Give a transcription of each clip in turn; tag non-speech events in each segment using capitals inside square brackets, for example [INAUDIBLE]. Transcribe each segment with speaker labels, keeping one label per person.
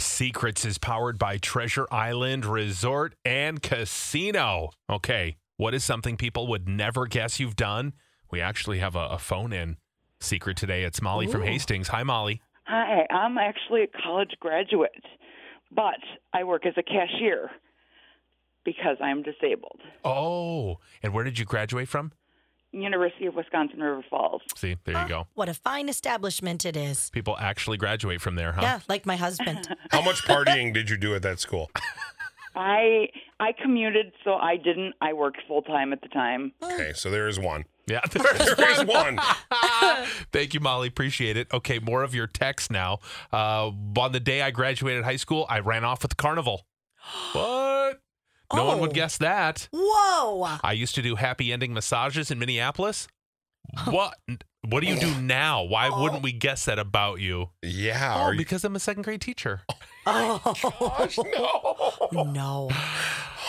Speaker 1: Secrets is powered by Treasure Island Resort and Casino. Okay, what is something people would never guess you've done? We actually have a, a phone in secret today. It's Molly from
Speaker 2: Ooh.
Speaker 1: Hastings. Hi, Molly.
Speaker 2: Hi, I'm actually a college graduate, but I work as a cashier because I'm disabled.
Speaker 1: Oh, and where did you graduate from?
Speaker 2: University of Wisconsin River Falls.
Speaker 1: See, there
Speaker 3: Uh.
Speaker 1: you go.
Speaker 3: [GASPS] What a fine establishment it is.
Speaker 1: People actually graduate from there, huh?
Speaker 3: Yeah, like my husband.
Speaker 4: How much partying did you do at that school?
Speaker 2: I I commuted, so I didn't. I worked full time at the time.
Speaker 4: Okay, so there is one.
Speaker 1: [LAUGHS] Yeah, there's
Speaker 4: [LAUGHS] There
Speaker 3: [LAUGHS]
Speaker 4: is one.
Speaker 1: Thank you, Molly. Appreciate it. Okay, more of your text now. Uh, on the day I graduated high school, I ran off with the carnival. [GASPS] what? No one
Speaker 3: Oh.
Speaker 1: would guess that.
Speaker 3: Whoa!
Speaker 1: I used to do happy ending massages in Minneapolis. What? What do you do now? Why wouldn't we guess that about you?
Speaker 4: Yeah.
Speaker 1: Oh,
Speaker 4: are you,
Speaker 1: because I'm a second grade teacher.
Speaker 3: Oh
Speaker 4: [LAUGHS] no.
Speaker 3: no!
Speaker 1: [LAUGHS]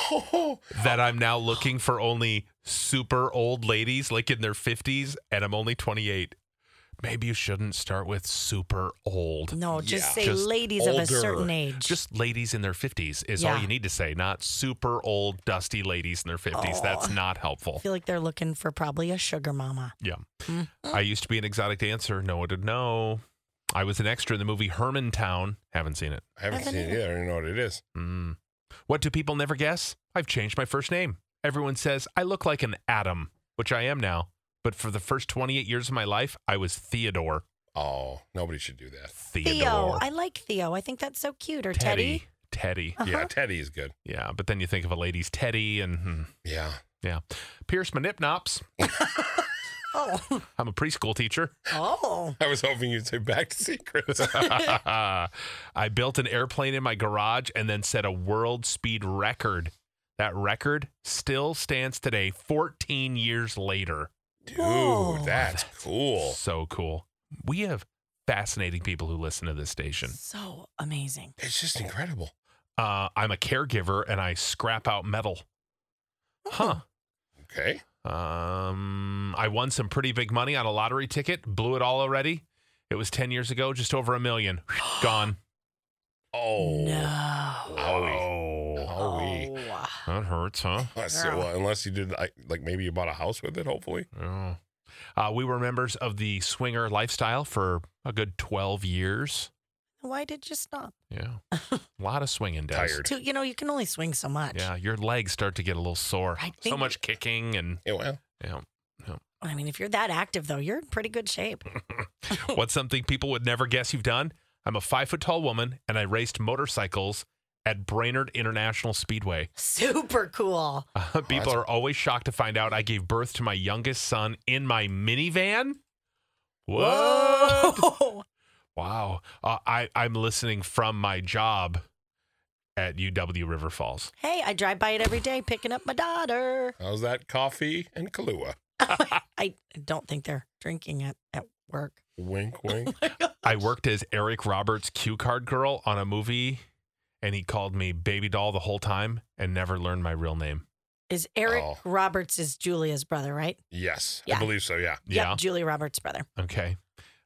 Speaker 1: That I'm now looking for only super old ladies, like in their 50s, and I'm only 28. Maybe you shouldn't start with super old.
Speaker 3: No, just
Speaker 4: Yeah.
Speaker 3: say
Speaker 1: Just
Speaker 3: ladies of a
Speaker 4: older.
Speaker 3: certain age.
Speaker 1: Just ladies in their 50s is all
Speaker 3: Yeah.
Speaker 1: you need to say, not super old, dusty ladies in their 50s. That's not helpful. [LAUGHS]
Speaker 3: I feel like they're looking for probably a sugar mama.
Speaker 1: Yeah. I used to be an exotic dancer. No one would know. I was an extra in the movie Hermantown. Haven't seen it.
Speaker 4: I haven't seen it either. I don't know what it is.
Speaker 1: Mm. What do people never guess? I've changed my first name. Everyone says I look like an Adam, which I am now. But for the first 28 years of my life, I was Theodore.
Speaker 4: Oh, nobody should do that.
Speaker 3: Theo,
Speaker 1: Theodore.
Speaker 3: I like Theo. I think that's so cute. Or
Speaker 1: Teddy.
Speaker 3: Teddy.
Speaker 1: Teddy.
Speaker 4: Yeah,
Speaker 3: Uh-huh.
Speaker 4: Teddy is good.
Speaker 1: Yeah. But then you think of a lady's Teddy and hmm,
Speaker 4: Yeah.
Speaker 1: yeah. Pierce my nipnops.
Speaker 3: Oh, [LAUGHS]
Speaker 1: I'm a preschool teacher. [LAUGHS]
Speaker 3: oh!
Speaker 4: I was hoping you'd say back
Speaker 3: [LAUGHS]
Speaker 4: to secrets.
Speaker 1: I built an airplane in my garage and then set a world speed record. That record still stands today, 14 years later.
Speaker 4: Dude,
Speaker 3: Whoa.
Speaker 4: that's cool.
Speaker 1: So cool. We have fascinating people who listen to this station.
Speaker 3: So amazing.
Speaker 4: It's just incredible.
Speaker 1: Uh, I'm a caregiver and I scrap out metal.
Speaker 3: Oh.
Speaker 1: Huh.
Speaker 4: Okay.
Speaker 1: Um, I won some pretty big money on a lottery ticket, blew it all already. It was 10 years ago, just over a
Speaker 3: [GASPS]
Speaker 1: million. Gone.
Speaker 4: Oh.
Speaker 3: No.
Speaker 4: Owie. Owie.
Speaker 3: Oh.
Speaker 1: That hurts, huh?
Speaker 4: So, uh, unless you did, like, like, maybe you bought a house with it, hopefully.
Speaker 1: Oh. Uh, we were members of the swinger lifestyle for a good 12 years.
Speaker 3: Why did you stop? [LAUGHS]
Speaker 1: Yeah. a lot of swinging, Des.
Speaker 4: Tired.
Speaker 3: Too, you know, you can only swing so much.
Speaker 1: Yeah. Your legs start to get a little sore.
Speaker 3: I
Speaker 1: So
Speaker 3: think-
Speaker 1: much kicking and,
Speaker 4: Yeah, well,
Speaker 1: yeah.
Speaker 3: I mean, if you're that active though, you're in pretty
Speaker 1: [LAUGHS]
Speaker 3: good shape.
Speaker 1: What's something people would never guess you've done? I'm a five foot tall woman and I raced motorcycles at Brainerd International Speedway. [LAUGHS]
Speaker 3: Super cool.
Speaker 1: Uh, people
Speaker 4: that's-
Speaker 1: are always shocked to find out I gave birth to my youngest son in my minivan. Whoa.
Speaker 3: [LAUGHS] Whoa.
Speaker 1: Wow. Uh, I, I'm listening from my job at UW River Falls.
Speaker 3: Hey, I drive by it every day picking up my daughter.
Speaker 4: how's that coffee and Kahlua?
Speaker 3: I don't think they're drinking it at work.
Speaker 4: Wink, wink.
Speaker 1: I worked as Eric Roberts' cue card girl on a movie, and he called me baby doll the whole time and never learned my real name.
Speaker 3: Is Eric
Speaker 4: Oh.
Speaker 3: Roberts is Julia's brother, right?
Speaker 4: yes, I
Speaker 3: Yeah.
Speaker 4: believe so. Yeah.
Speaker 1: Yeah.
Speaker 3: Yep, Julia Roberts' brother.
Speaker 1: Okay.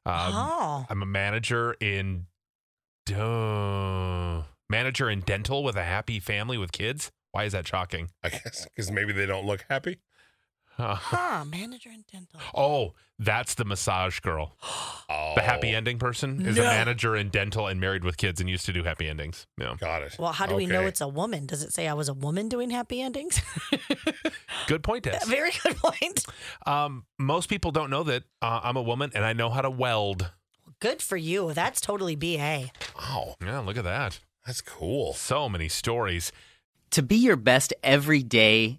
Speaker 1: Um,
Speaker 3: oh.
Speaker 1: I'm a manager in duh, manager in dental with a happy family with kids. Why is that shocking?
Speaker 4: I guess because maybe they don't look happy.
Speaker 1: Uh,
Speaker 3: Huh, manager and dental.
Speaker 1: [LAUGHS]
Speaker 3: [GASPS]
Speaker 1: oh, that's the massage girl.
Speaker 4: Oh,
Speaker 1: The happy ending person is a
Speaker 3: No.
Speaker 1: manager in dental and married with kids and used to do happy endings. Yeah.
Speaker 4: Got it.
Speaker 3: Well, how do we know
Speaker 4: Okay.
Speaker 3: it's a woman? Does it say I was a woman doing happy endings? [LAUGHS]
Speaker 1: Good point, Des.
Speaker 3: Very good point.
Speaker 1: Um, most people don't know that uh, I'm a woman and I know how to weld.
Speaker 3: Good for you. That's totally BA.
Speaker 4: Wow,
Speaker 1: Yeah, look at that.
Speaker 4: that's cool.
Speaker 1: So many stories.
Speaker 5: To be your best every day,